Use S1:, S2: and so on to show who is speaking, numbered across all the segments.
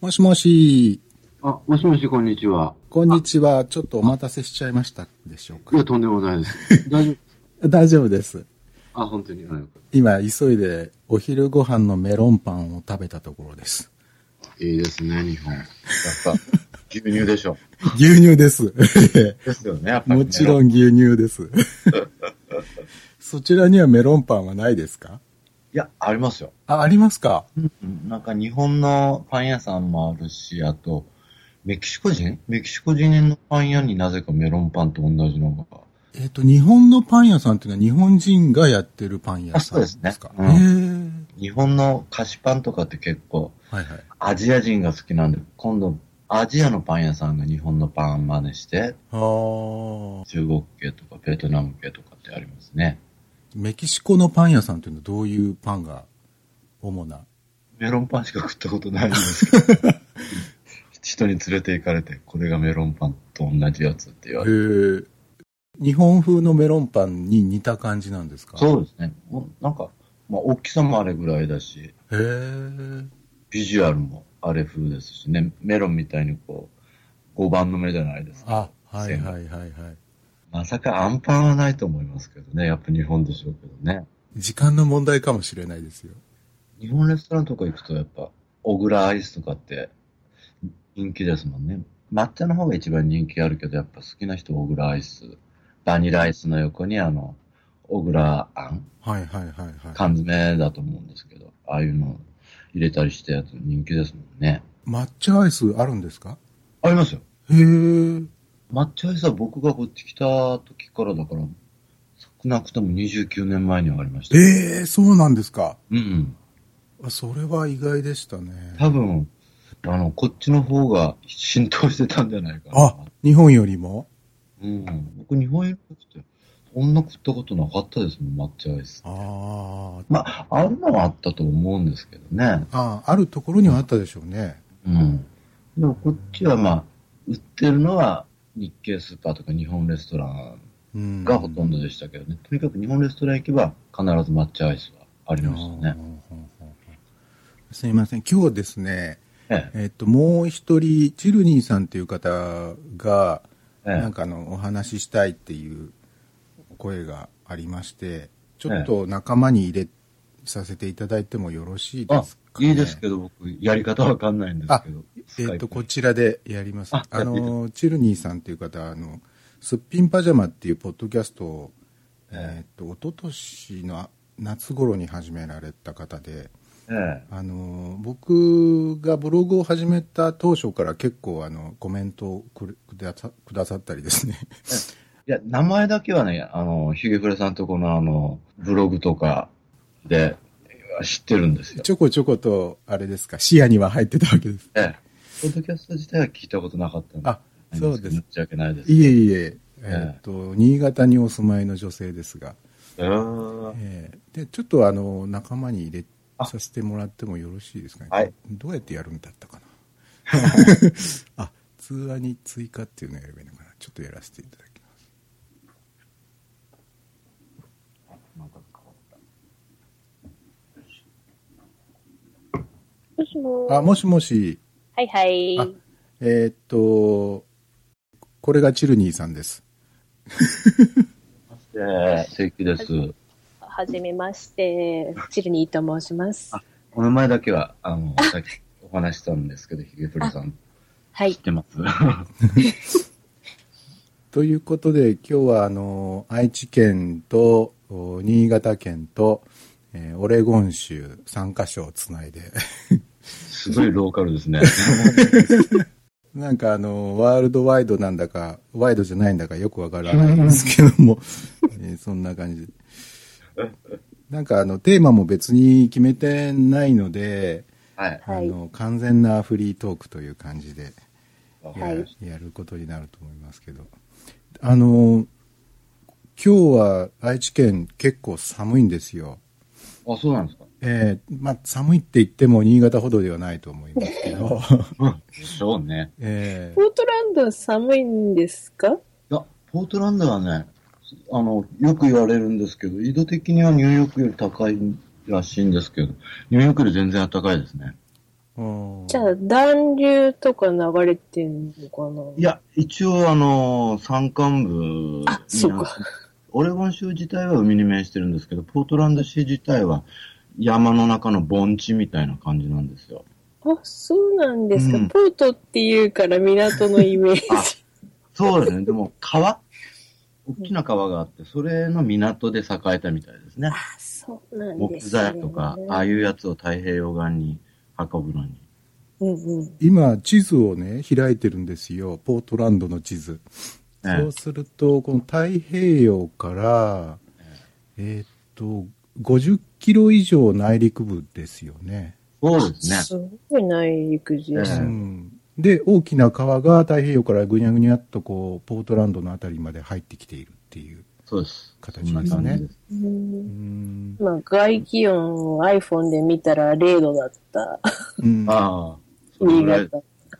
S1: もしもし、
S2: あ、もしもし、こんにちは。
S1: こんにちは。ちょっとお待たせしちゃいましたでしょう
S2: い
S1: か。
S2: や、とんでもない です。大丈夫
S1: 大丈夫です。
S2: あ、本当に。はい
S1: 今、急いでお昼ご飯のメロンパンを食べたところです。
S2: いいですね、日本。やっぱ、牛乳でしょ。
S1: 牛乳 です。
S2: ですよね、やっ
S1: もちろん牛乳です。 そちらにはメロンパンはないですか
S3: いや、ありますよ。
S1: あ、ありますか
S3: なんか日本のパン屋さんもあるし、あと、メキシコ人メキシコ人のパン屋になぜかメロンパンと同じのが。
S1: えっ、と、日本のパン屋さんっていうのは日本人がやってるパン屋さん
S3: あそう
S1: で
S3: ですす
S1: か
S3: ねう
S1: へ
S3: 日本の菓子パンとかって結構
S1: ーはいはい。
S3: アジア人が好きなんで、今度アジアのパン屋さんが日本のパン真似して、
S1: あー
S3: 中国系とかベトナム系とかってありますね。
S1: メキシコのパン屋さんっていうのはどういうパンが主な
S3: メロンパンしか食ったことないんですけど。 人に連れて行かれて、これがメロンパンと同じやつって言われて。
S1: へえ。日本風のメロンパンに似た感じなんですかう。
S3: そうですね。もうなんか、まあ大きさもあれぐらいだし、
S1: へえ。
S3: ビジュアルもあれ風ですしね、メロンみたいにこう、5番の目じゃないですか。
S1: あ、はいはいはいはい。
S3: まさかアンパンはないと思いますけどね、やっぱ日本でしょうけどね。
S1: 時間の問題かもしれないですよ。
S3: 日本レストランとか行くとやっぱ、小倉アイスとかって人気ですもんね。抹茶の方が一番人気あるけど、やっぱ好きな人小倉アイス、バニラアイスの横にあの、小倉あん
S1: はいはいはいは
S3: 缶詰だと思うんですけど、ああいうの入れたりしてやつ人気ですもんね。
S1: い。抹茶アイスあるんですか
S3: ありますよ。
S1: へえ。
S3: 抹茶アイスは僕がこっち来た時からだから、少なくとも29年前にはありました。
S1: ええ、そうなんですか。
S3: うんうん。
S1: あそれは意外でしたね。
S3: 多分、あの、こっちの方が浸透してたんじゃないかな。
S1: あ、日本よりも
S3: うん。僕日本いる時って、そんな食ったことなかったですもん、抹茶アイス。
S1: あ
S3: まあ、あるのはあったと思うんですけどね。
S1: あ、ああ、あるところにはあったでしょうね。
S3: うん。でもこっちはまあ、売ってるのは日系スーパーとか日本レストラン
S1: うん。
S3: がほとんどでしたけどね。とにかく日本レストラン行けば必ず抹茶アイスはありましたね。
S1: すいません。今日ですね、
S3: え
S1: えっと、もう一人、チルニーさんという方が、
S3: え
S1: なんかあの、お話ししたいっていう声がありまして、ちょっと仲間に入れさせていただいてもよろしいで
S3: あ
S1: すか、、ね、
S3: いいですけど、僕、やり方わかんないんですけど。
S1: えっ、
S3: スカイ
S1: と、
S3: プ
S1: こちらでやります。あ
S3: あ
S1: の、チルニーさんという方、あの、すっぴんパジャマっていうポッドキャストを、え
S3: え
S1: っ、と、一昨年の夏頃に始められた方で、
S3: え
S1: あの、僕がブログを始めた当初から結構、あの、コメントをくれくださくださったりですね。
S3: えいや、名前だけはね、あの、ヒゲフレさんとこのあの、ブログとかで知ってるんですよ。
S1: ちょこちょこと、あれですか、視野には入ってたわけです。
S3: ええ。ポッドキャスト自体は聞いたことなかったんで。
S1: あ、そうです
S3: 申。し訳ないです。
S1: いえいえ、え
S3: え
S1: っ、と、新潟にお住まいの女性ですが、
S3: えー
S1: ええでちょっとあの仲間に入れ
S3: あ
S1: させてもらってもよろしいですかね、
S3: はい
S1: どうやってやるんだったか なあ通話に追加っていうのをやればいいのかなちょっとやらせていただきます
S3: なんか変わった
S4: もしも
S1: あもしもし
S4: はいはい。
S1: あえーっとこれがチルニーさんです
S3: ええ正規です。
S4: はじめまして、チルニーと申します。
S3: あお名前だけは、あ の、さっきお話ししたんですけど、ヒゲフレさん
S4: は
S3: 知
S4: い
S3: っ。てます。
S1: ということで今日はあの愛知県とお新潟県と、えーオレゴン州3カ所をつないで
S3: すごいローカルです ね。
S1: なんかあの、ワールドワイドなんだか、ワイドじゃないんだかよくわからないんですけども、 えーそんな感じで。なんかあの、テーマも別に決めてないので、
S3: はい。
S4: は
S1: あ
S4: い。
S1: の、完全なフリートークという感じで
S3: わ
S1: や,、
S3: かりまし
S1: ることになると思いますけど。あの、今日は愛知県結構寒いんですよ。
S3: たあ、そうなんですか。
S1: えーまあ寒いって言っても新潟ほどではないと思いますけど、
S3: うん。でしょうね。
S1: えー
S4: ポートランドは寒いんですか
S3: いや、ポートランドはね、あの、よく言われるんですけど、緯度的にはニューヨークより高いらしいんですけど、ニューヨークより全然暖かいですね。
S1: うん
S4: じゃあ、暖流とか流れてんのかない
S3: や、一応あの、山間部に
S4: あそうか
S3: オレゴン州自体は海に面してるんですけど、ポートランド市自体は山の中の盆地みたいな感じなんですよ。
S4: あ、そうなんですか。
S3: うん
S4: ポートっていうから港のイメージ。
S3: あそうですね。でも川大きな川があって、それの港で栄えたみたいですね。
S4: あ、そうなん
S3: 木
S4: ですね。
S3: 材とか、ああいうやつを太平洋岸に運ぶのに。
S4: うんうん。
S1: 今、地図をね、開いてるんですよ。ポートランドの地図。
S3: ええ
S1: そうすると、この太平洋から、えーっと、50キロ以上内陸部ですよね。
S3: そうですね。
S4: すごい内陸地です
S1: う
S3: え
S4: ね。
S1: ん、で、大きな川が太平洋からぐにゃぐにゃっとこう、ポートランドのあたりまで入ってきているっていう。
S3: そうです。
S1: 形
S3: そんな
S1: ですね
S3: 感じです。
S4: うん
S1: うん。
S4: まあ、外気温を iPhone で見たら0度だった。
S1: うん
S3: ああ、それ
S4: 新
S3: ぐらい。
S4: 潟。
S3: あ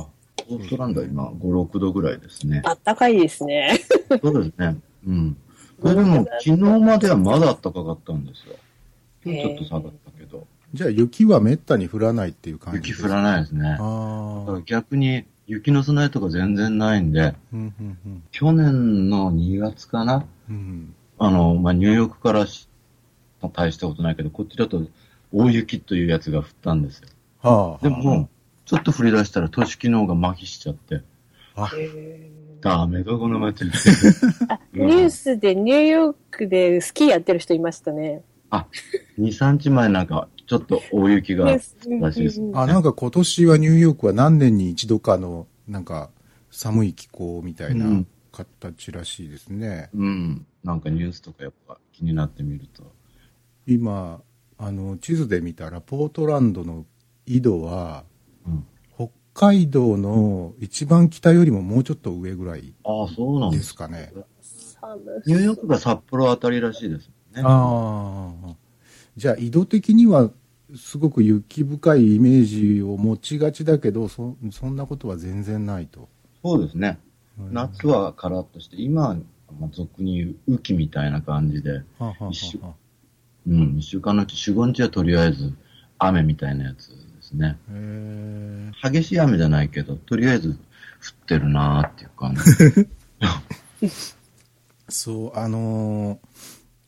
S3: あ、オーストランドは今5、6度ぐらいですね。
S4: あったかいですね。
S3: そうですね。うん。これでも、昨日まではまだ暖かかったんですよ。今 日ちょっと下がったけど、
S1: じゃあ、雪はめったに降らないっていう感じ
S3: 雪
S1: です
S3: 降らないですね。だか
S1: あ
S3: ら
S1: あ。
S3: 逆に、雪の備えとか全然ないんで、
S1: うん、うん、うん
S3: 去年の2月かな
S1: うん。
S3: あの、まあ、ニューヨークからし大したことないけど、こっちだと大雪というやつが降ったんですよ。
S1: はあ、はあ。
S3: でも、ちょっと降り出したら都市機能が麻痺しちゃって、ダメだこの 街。
S4: ニュースでニューヨークでスキーやってる人いましたね。
S3: 2、3日前なんか、ちょっと大雪が
S4: ね
S3: らしいです
S4: うんうん
S1: あ、なんか今年はニューヨークは何年に一度かの、なんか、寒い気候みたいな
S3: うん
S1: 形らしいですね。
S3: うん。なんかニュースとかやっぱ気になってみると。
S1: 今、あの、地図で見たら、ポートランドの緯度は、
S3: うん
S1: 北海道の一番北よりももうちょっと上ぐらい
S3: ああ、そうなん
S1: で
S3: です
S1: す。かね。
S4: 寒
S3: ニューヨークが札幌あたりらしいですね。
S1: ああ。じゃあ、緯度的には、すごく雪深いイメージを持ちがちだけど、そそんなことは全然ないと。
S3: そうですね。
S1: うん
S3: 夏はカラッとして、今はまあ俗に言う雨季みたいな感じで、
S1: はあはあは
S3: 一
S1: あはあ
S3: うん、一週間のうち4、5日はとりあえず雨みたいなやつですね。
S1: へえ
S3: 激しい雨じゃないけど、とりあえず降ってるなーっていう 感じ。
S1: そう、あのー、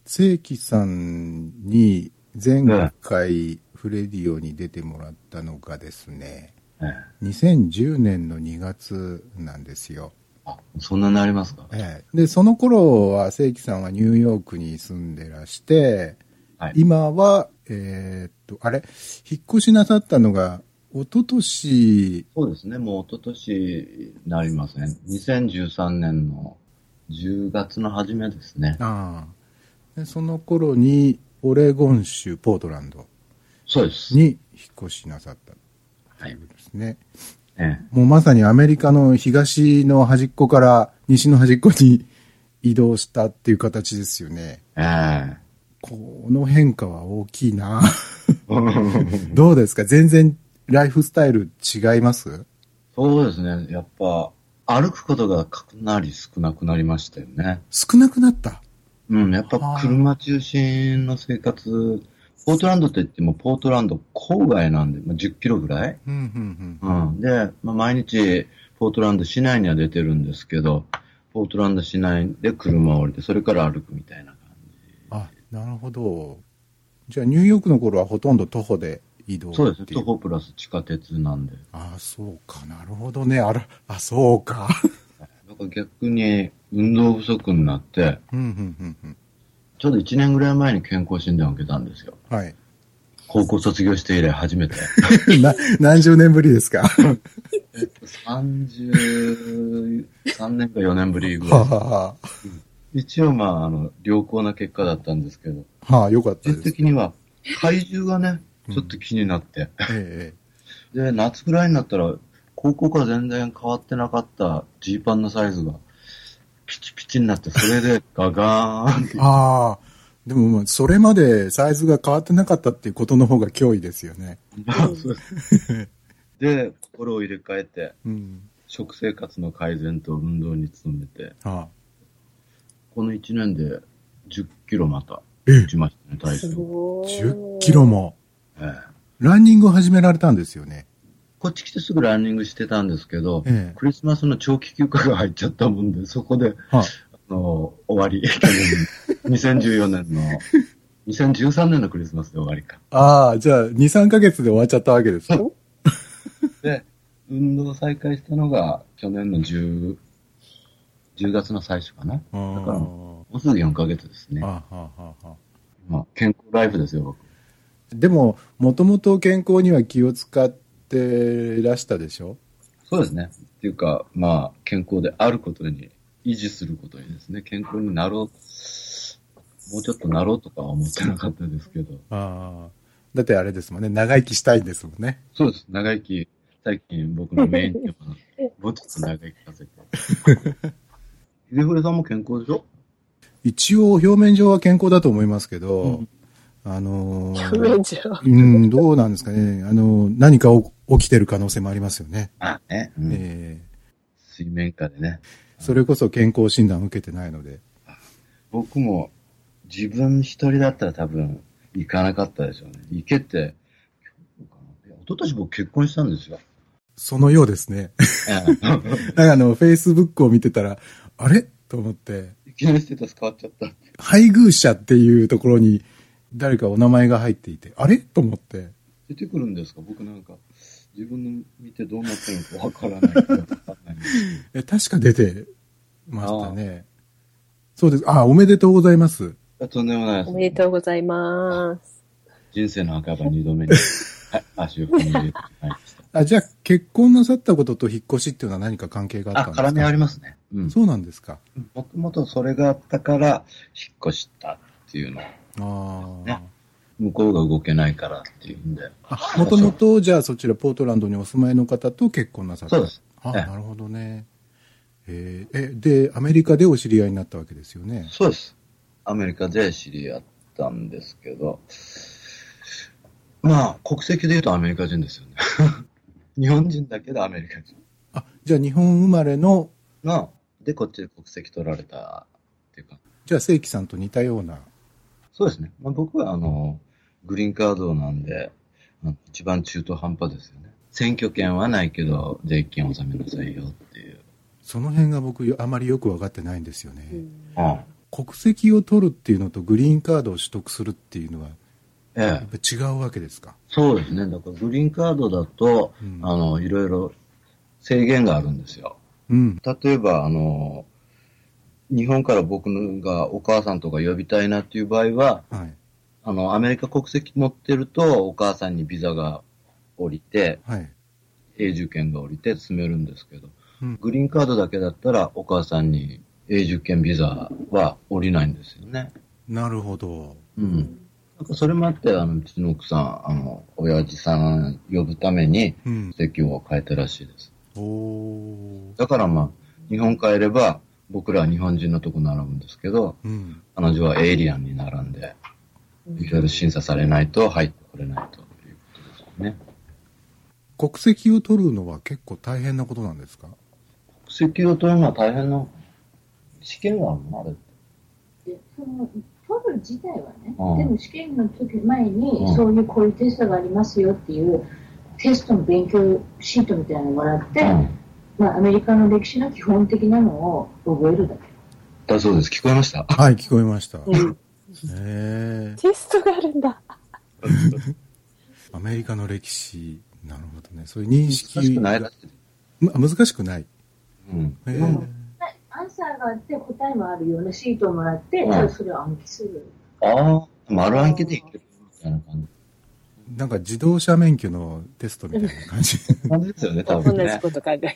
S1: 正規さんに前回フレディオに出てもらったのがですね、
S3: ええ
S1: 2010年の2月なんですよ。
S3: あ、そんなになりますか
S1: ええで、その頃は正規さんはニューヨークに住んでらして、
S3: はい
S1: 今は、えーっと、あれ、引っ越しなさったのが、一昨年
S3: そうですね、もう一昨年になりません。2013年の10月の初めですね。
S1: ああでその頃に、オレゴン州ポートランド
S3: そうです。
S1: に引っ越しなさった
S3: は
S1: とい。
S3: いう
S1: ことですね。
S3: え
S1: もうまさにアメリカの東の端っこから西の端っこに移動したっていう形ですよね。
S3: え。え
S1: この変化は大きい な。
S3: え。
S1: どうですか全然ライフスタイル違います
S3: そうですね、やっぱ、歩くことがかなり少なくなりましたよね。
S1: 少なくなった。
S3: うん、やっぱ
S1: はい
S3: 車中心の生活、ポートランドといっても、ポートランド郊外なんで、まあ、10キロぐらい、
S1: うんうん
S3: うん、で、まあ、毎日、ポートランド市内には出てるんですけど、ポートランド市内で車を降りて、それから歩くみたいな感
S1: あ、なるほど。じゃあニューヨークの頃はほとんど徒歩で移動
S3: じ。そうですね、
S1: ってい
S3: 徒歩プラス地下鉄なんで。
S1: ああ、そうか。なるほどね。あら、あ、そうか。
S3: なんか逆に、運動不足になって、
S1: うんうんうんうん。
S3: ちょうど1年ぐらい前に健康診断を受けたんですよ。
S1: はい。
S3: 高校卒業して以来初めて。
S1: な、何十年ぶりですか
S3: 33年か4年ぶりぐ
S1: はあ
S3: らい。
S1: は
S3: 一応まあ、あの、良好な結果だったんですけど、
S1: あ、 はあ、よかった
S3: 実
S1: で
S3: 質
S1: す。
S3: 的には体重がね、
S1: うん
S3: ちょっと気になって、
S1: ええ
S3: で、夏ぐらいになったら、高校から全然変わってなかったジーパンのサイズが、ピチピチになって、それ でガガーンって。
S1: ああ、でももうそれまでサイズが変わってなかったっていうことの方が脅威ですよね。
S3: そうですで、心を入れ替えて、
S1: うん。
S3: 食生活の改善と運動に努めて、
S1: あ
S3: この1年で10キロまた
S1: え
S3: 落ちましたね、体
S4: す
S3: 重。
S4: ご
S1: あ、
S4: い。
S1: 10キロも。
S3: ええ
S1: ランニングを始められたんですよね。
S3: こっち来てすぐランニングしてたんですけど、
S1: ええ。
S3: クリスマスの長期休暇が入っちゃったもんで、そこで、
S1: は
S3: あの、終わり。2014年の、2013年のクリスマスで終わりか。
S1: ああ、じゃあ、2、3ヶ月で終わっちゃったわけですか。
S3: で、運動再開したのが、去年の10、10月の最初かな。
S1: あ
S3: だから
S1: ー
S3: もうすぐ4ヶ月ですね。
S1: あははは
S3: まあ、健康ライフですよ、僕。
S1: でも、もともと健康には気を使ってらしたでしょ
S3: そうですね。っていうか、まあ、健康であることに、維持することにですね、健康になろう、もうちょっとなろうとかは思ってなかったですけど、
S1: ああ。だってあれですもんね。長生きしたいんですもんね。
S3: そうです。長生き、最近僕のメインテーマな、もうちょっと長生きさせて。 秀古さんも健康でしょ
S1: 一応、表面上は健康だと思いますけど、
S3: うん
S1: あのー
S4: 表面上。
S1: うん、どうなんですかね。あのー何かお起きてる可能性もありますよね。
S3: あ、ね、うん
S1: え
S3: 水面下でね。
S1: ーそれこそ健康診断を受けてないので。
S3: 僕も自分一人だったら多分行かなかったでしょうね。行けて、今日かないや一昨年僕結婚したんです よ。
S1: そのようですね。
S3: ええ
S1: なんかあの、Facebook を見てたら、あれと思って、
S3: いきなりステータス変わっちゃった。
S1: 配偶者っていうところに誰かお名前が入っていて、あれと思って。
S3: 出てくるんですか僕なんか、自分の見てどうなってるのかわからないからわかんないんですけど。
S1: え、確か出てましたね。そうです。あ、おめでとうございます。
S3: あ とんでもないです。
S4: おめでとうございます。
S3: 人生の墓場 二度目に、はい、足を踏み入れてしまいました。
S1: あ、じゃあ、結婚なさったことと引っ越しっていうのは何か関係があったんですか
S3: あ、絡みありますね。うん。
S1: そうなんですか。
S3: もともとそれがあったから、引っ越したっていうの。
S1: ああ
S3: ね。向こうが動けないからっていうんで。
S1: あ、もともと、じゃあそちらポートランドにお住まいの方と結婚なさった。
S3: そうです。
S1: あ、
S3: ええ
S1: なるほどね。えーえ、で、アメリカでお知り合いになったわけですよね。
S3: そうです。アメリカで知り合ったんですけど、まあ、国籍で言うとアメリカ人です よね。日本人だけどアメリカ人。
S1: あ、じゃあ日本生まれの、
S3: の、で、こっちで国籍取られたっていうか、
S1: じゃあ正規さんと似たような。
S3: そうですね。まあ、僕は、あの、グリーンカードなんで、あの一番中途半端ですよね。選挙権はないけど、税金納めなさいよっていう。
S1: その辺が僕、あまりよく分かってないんですよね。
S4: うん
S3: うん。
S1: 国籍を取るっていうのとグリーンカードを取得するっていうのは、
S3: え
S1: や
S3: え
S1: っ。ぱ違うわけですか。
S3: そうですね。だから、グリーンカードだと、
S1: うん
S3: あの、いろいろ制限があるんですよ。
S1: うん。
S3: 例えば、あの、日本から僕のがお母さんとか呼びたいなっていう場合は、
S1: はい。
S3: あの、アメリカ国籍持ってると、お母さんにビザが降りて、
S1: はい。
S3: 永住権が降りて住めるんですけど、
S1: うん
S3: グリーンカードだけだったら、お母さんに永住権ビザは降りないんですよね。
S1: なるほど。
S3: うん。なんかそれもあって、あの、うちの奥さん、あの、親父さん呼ぶために、
S1: うん。
S3: 籍を変えたらしいです。
S1: おー。
S3: だからまあ、日本帰れば、僕らは日本人のとこ並ぶんですけど、
S1: うん。
S3: 彼女はエイリアンに並んで、いろいろ審査されないと入ってこれないということですよね。
S1: 国籍を取るのは結構大変なことなんですか
S3: 国籍を取るのは大変な、試験があるのあれ。
S5: でその取る自体はね、
S3: うん
S5: でも試験の時前に、
S3: うん
S5: そういうこういうテストがありますよっていうテストの勉強シートみたいなのをもらって、まあ、アメリカの歴史の基本的なのを覚えるだけ。
S3: だそうです。聞こえました。
S1: はい、聞こえました。へ
S4: うん
S1: え。
S4: テストがあるんだ。
S1: アメリカの歴史。なるほどね。そういう認識。
S3: 難しくないらしい。
S1: ま難しくない。
S3: うん。
S1: へえ
S5: うんアンサーがあって答えもあるようなシートをもらって、
S3: うん
S5: じゃあそれを暗記する。
S3: ああ、丸暗記でいけるみたいな感
S1: なんか自動車免許のテストみたいな感 じ。
S3: じ。感じですよね、多
S4: 同
S3: 分
S4: じ
S3: ね。
S4: こと考えた。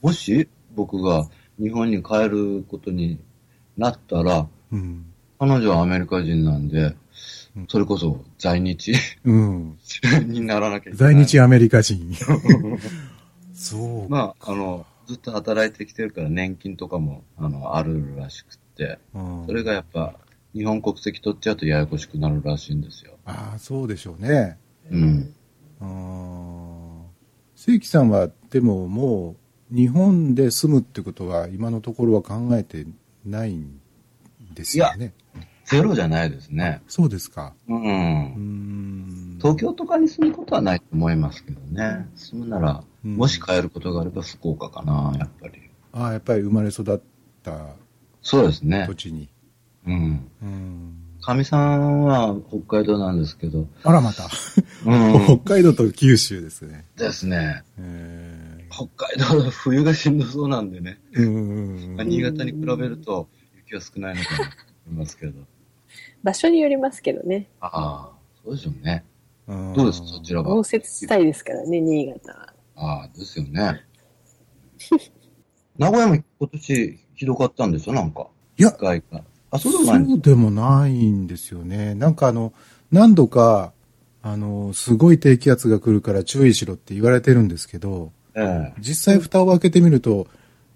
S3: もし僕が日本に帰ることになったら、
S1: うん。
S3: 彼女はアメリカ人なんで
S1: うん、
S3: それこそ在日
S1: うん。
S3: にならなきゃいけな
S1: 在
S3: い。
S1: 日アメリカ 人。そうか。
S3: まあ、あの、ずっと働いてきてるから年金とかも、あの、あるらしくって、
S1: うん
S3: それがやっぱ、日本国籍取っちゃうとややこしくなるらしいんですよ。
S1: ああ、そうでしょうね。
S3: うん。
S1: あー正規さんは、でももう、日本で住むってことは、今のところは考えてないんですよね。
S3: ゼロじゃないですね。
S1: そうですか。
S3: う
S1: うー
S3: ん。
S1: ん。
S3: 東京とかに住むことはないと思いますけどね。住むなら、
S1: うん
S3: もし帰ることがあれば福岡かな、やっぱり。
S1: ああ、やっぱり生まれ育った
S3: そうですね
S1: 土。地に。
S3: うん。
S1: うん。
S3: かみさんは北海道なんですけど、
S1: あら、また。
S3: う
S1: 北
S3: ん。
S1: 海道と九州ですね。
S3: ですね。
S1: え
S3: 北海道は冬がしんどそうなんでね。
S1: ーうん
S3: まあ新潟に比べると雪は少ないのかなと思いますけ ど。
S4: 場所によりますけどね。
S3: ああ、そうでしょうね。
S1: うん
S3: どうですか、そちらは
S4: 豪。雪地帯ですからね、新潟は。
S3: ああ、ですよね。名古屋も今年ひどかったんですよ、なんか。
S1: いや
S3: 一回か。あ、そうでもないんで
S1: そ
S3: す
S1: うでもないんですよね。なんかあの、何度か、あの、すごい低気圧が来るから注意しろって言われてるんですけど、
S3: ええ
S1: 実際蓋を開けてみると、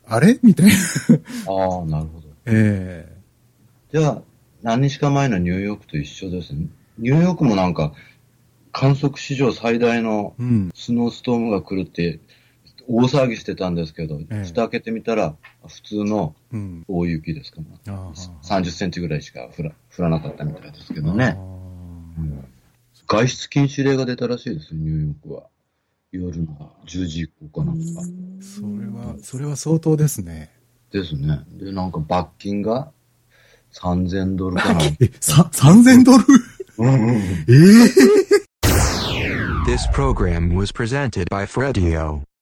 S1: あれみたいな。
S3: ああ、なるほど。
S1: え
S3: じゃあ、何日か前のニューヨークと一緒ですね。ニューヨークもなんか、観測史上最大の
S1: えうん。
S3: スノーストームが来るって、大騒ぎしてたんですけど、
S1: ええ
S3: 蓋開けてみたら、普通の
S1: うん。
S3: 大雪ですかね。
S1: あー
S3: 30センチぐらいしか降ら降らなかったみたいですけどね。
S1: あ
S3: う
S1: ー
S3: ん外出禁止令が出たらしいですよ、ニューヨークは。夜の10時以降かなんか。
S1: それは、それは相当ですね。
S3: ですね。で、なんか罰金が3000ドルかな。
S1: え、さ、3000ドルええ
S6: This program was presented by Fredio.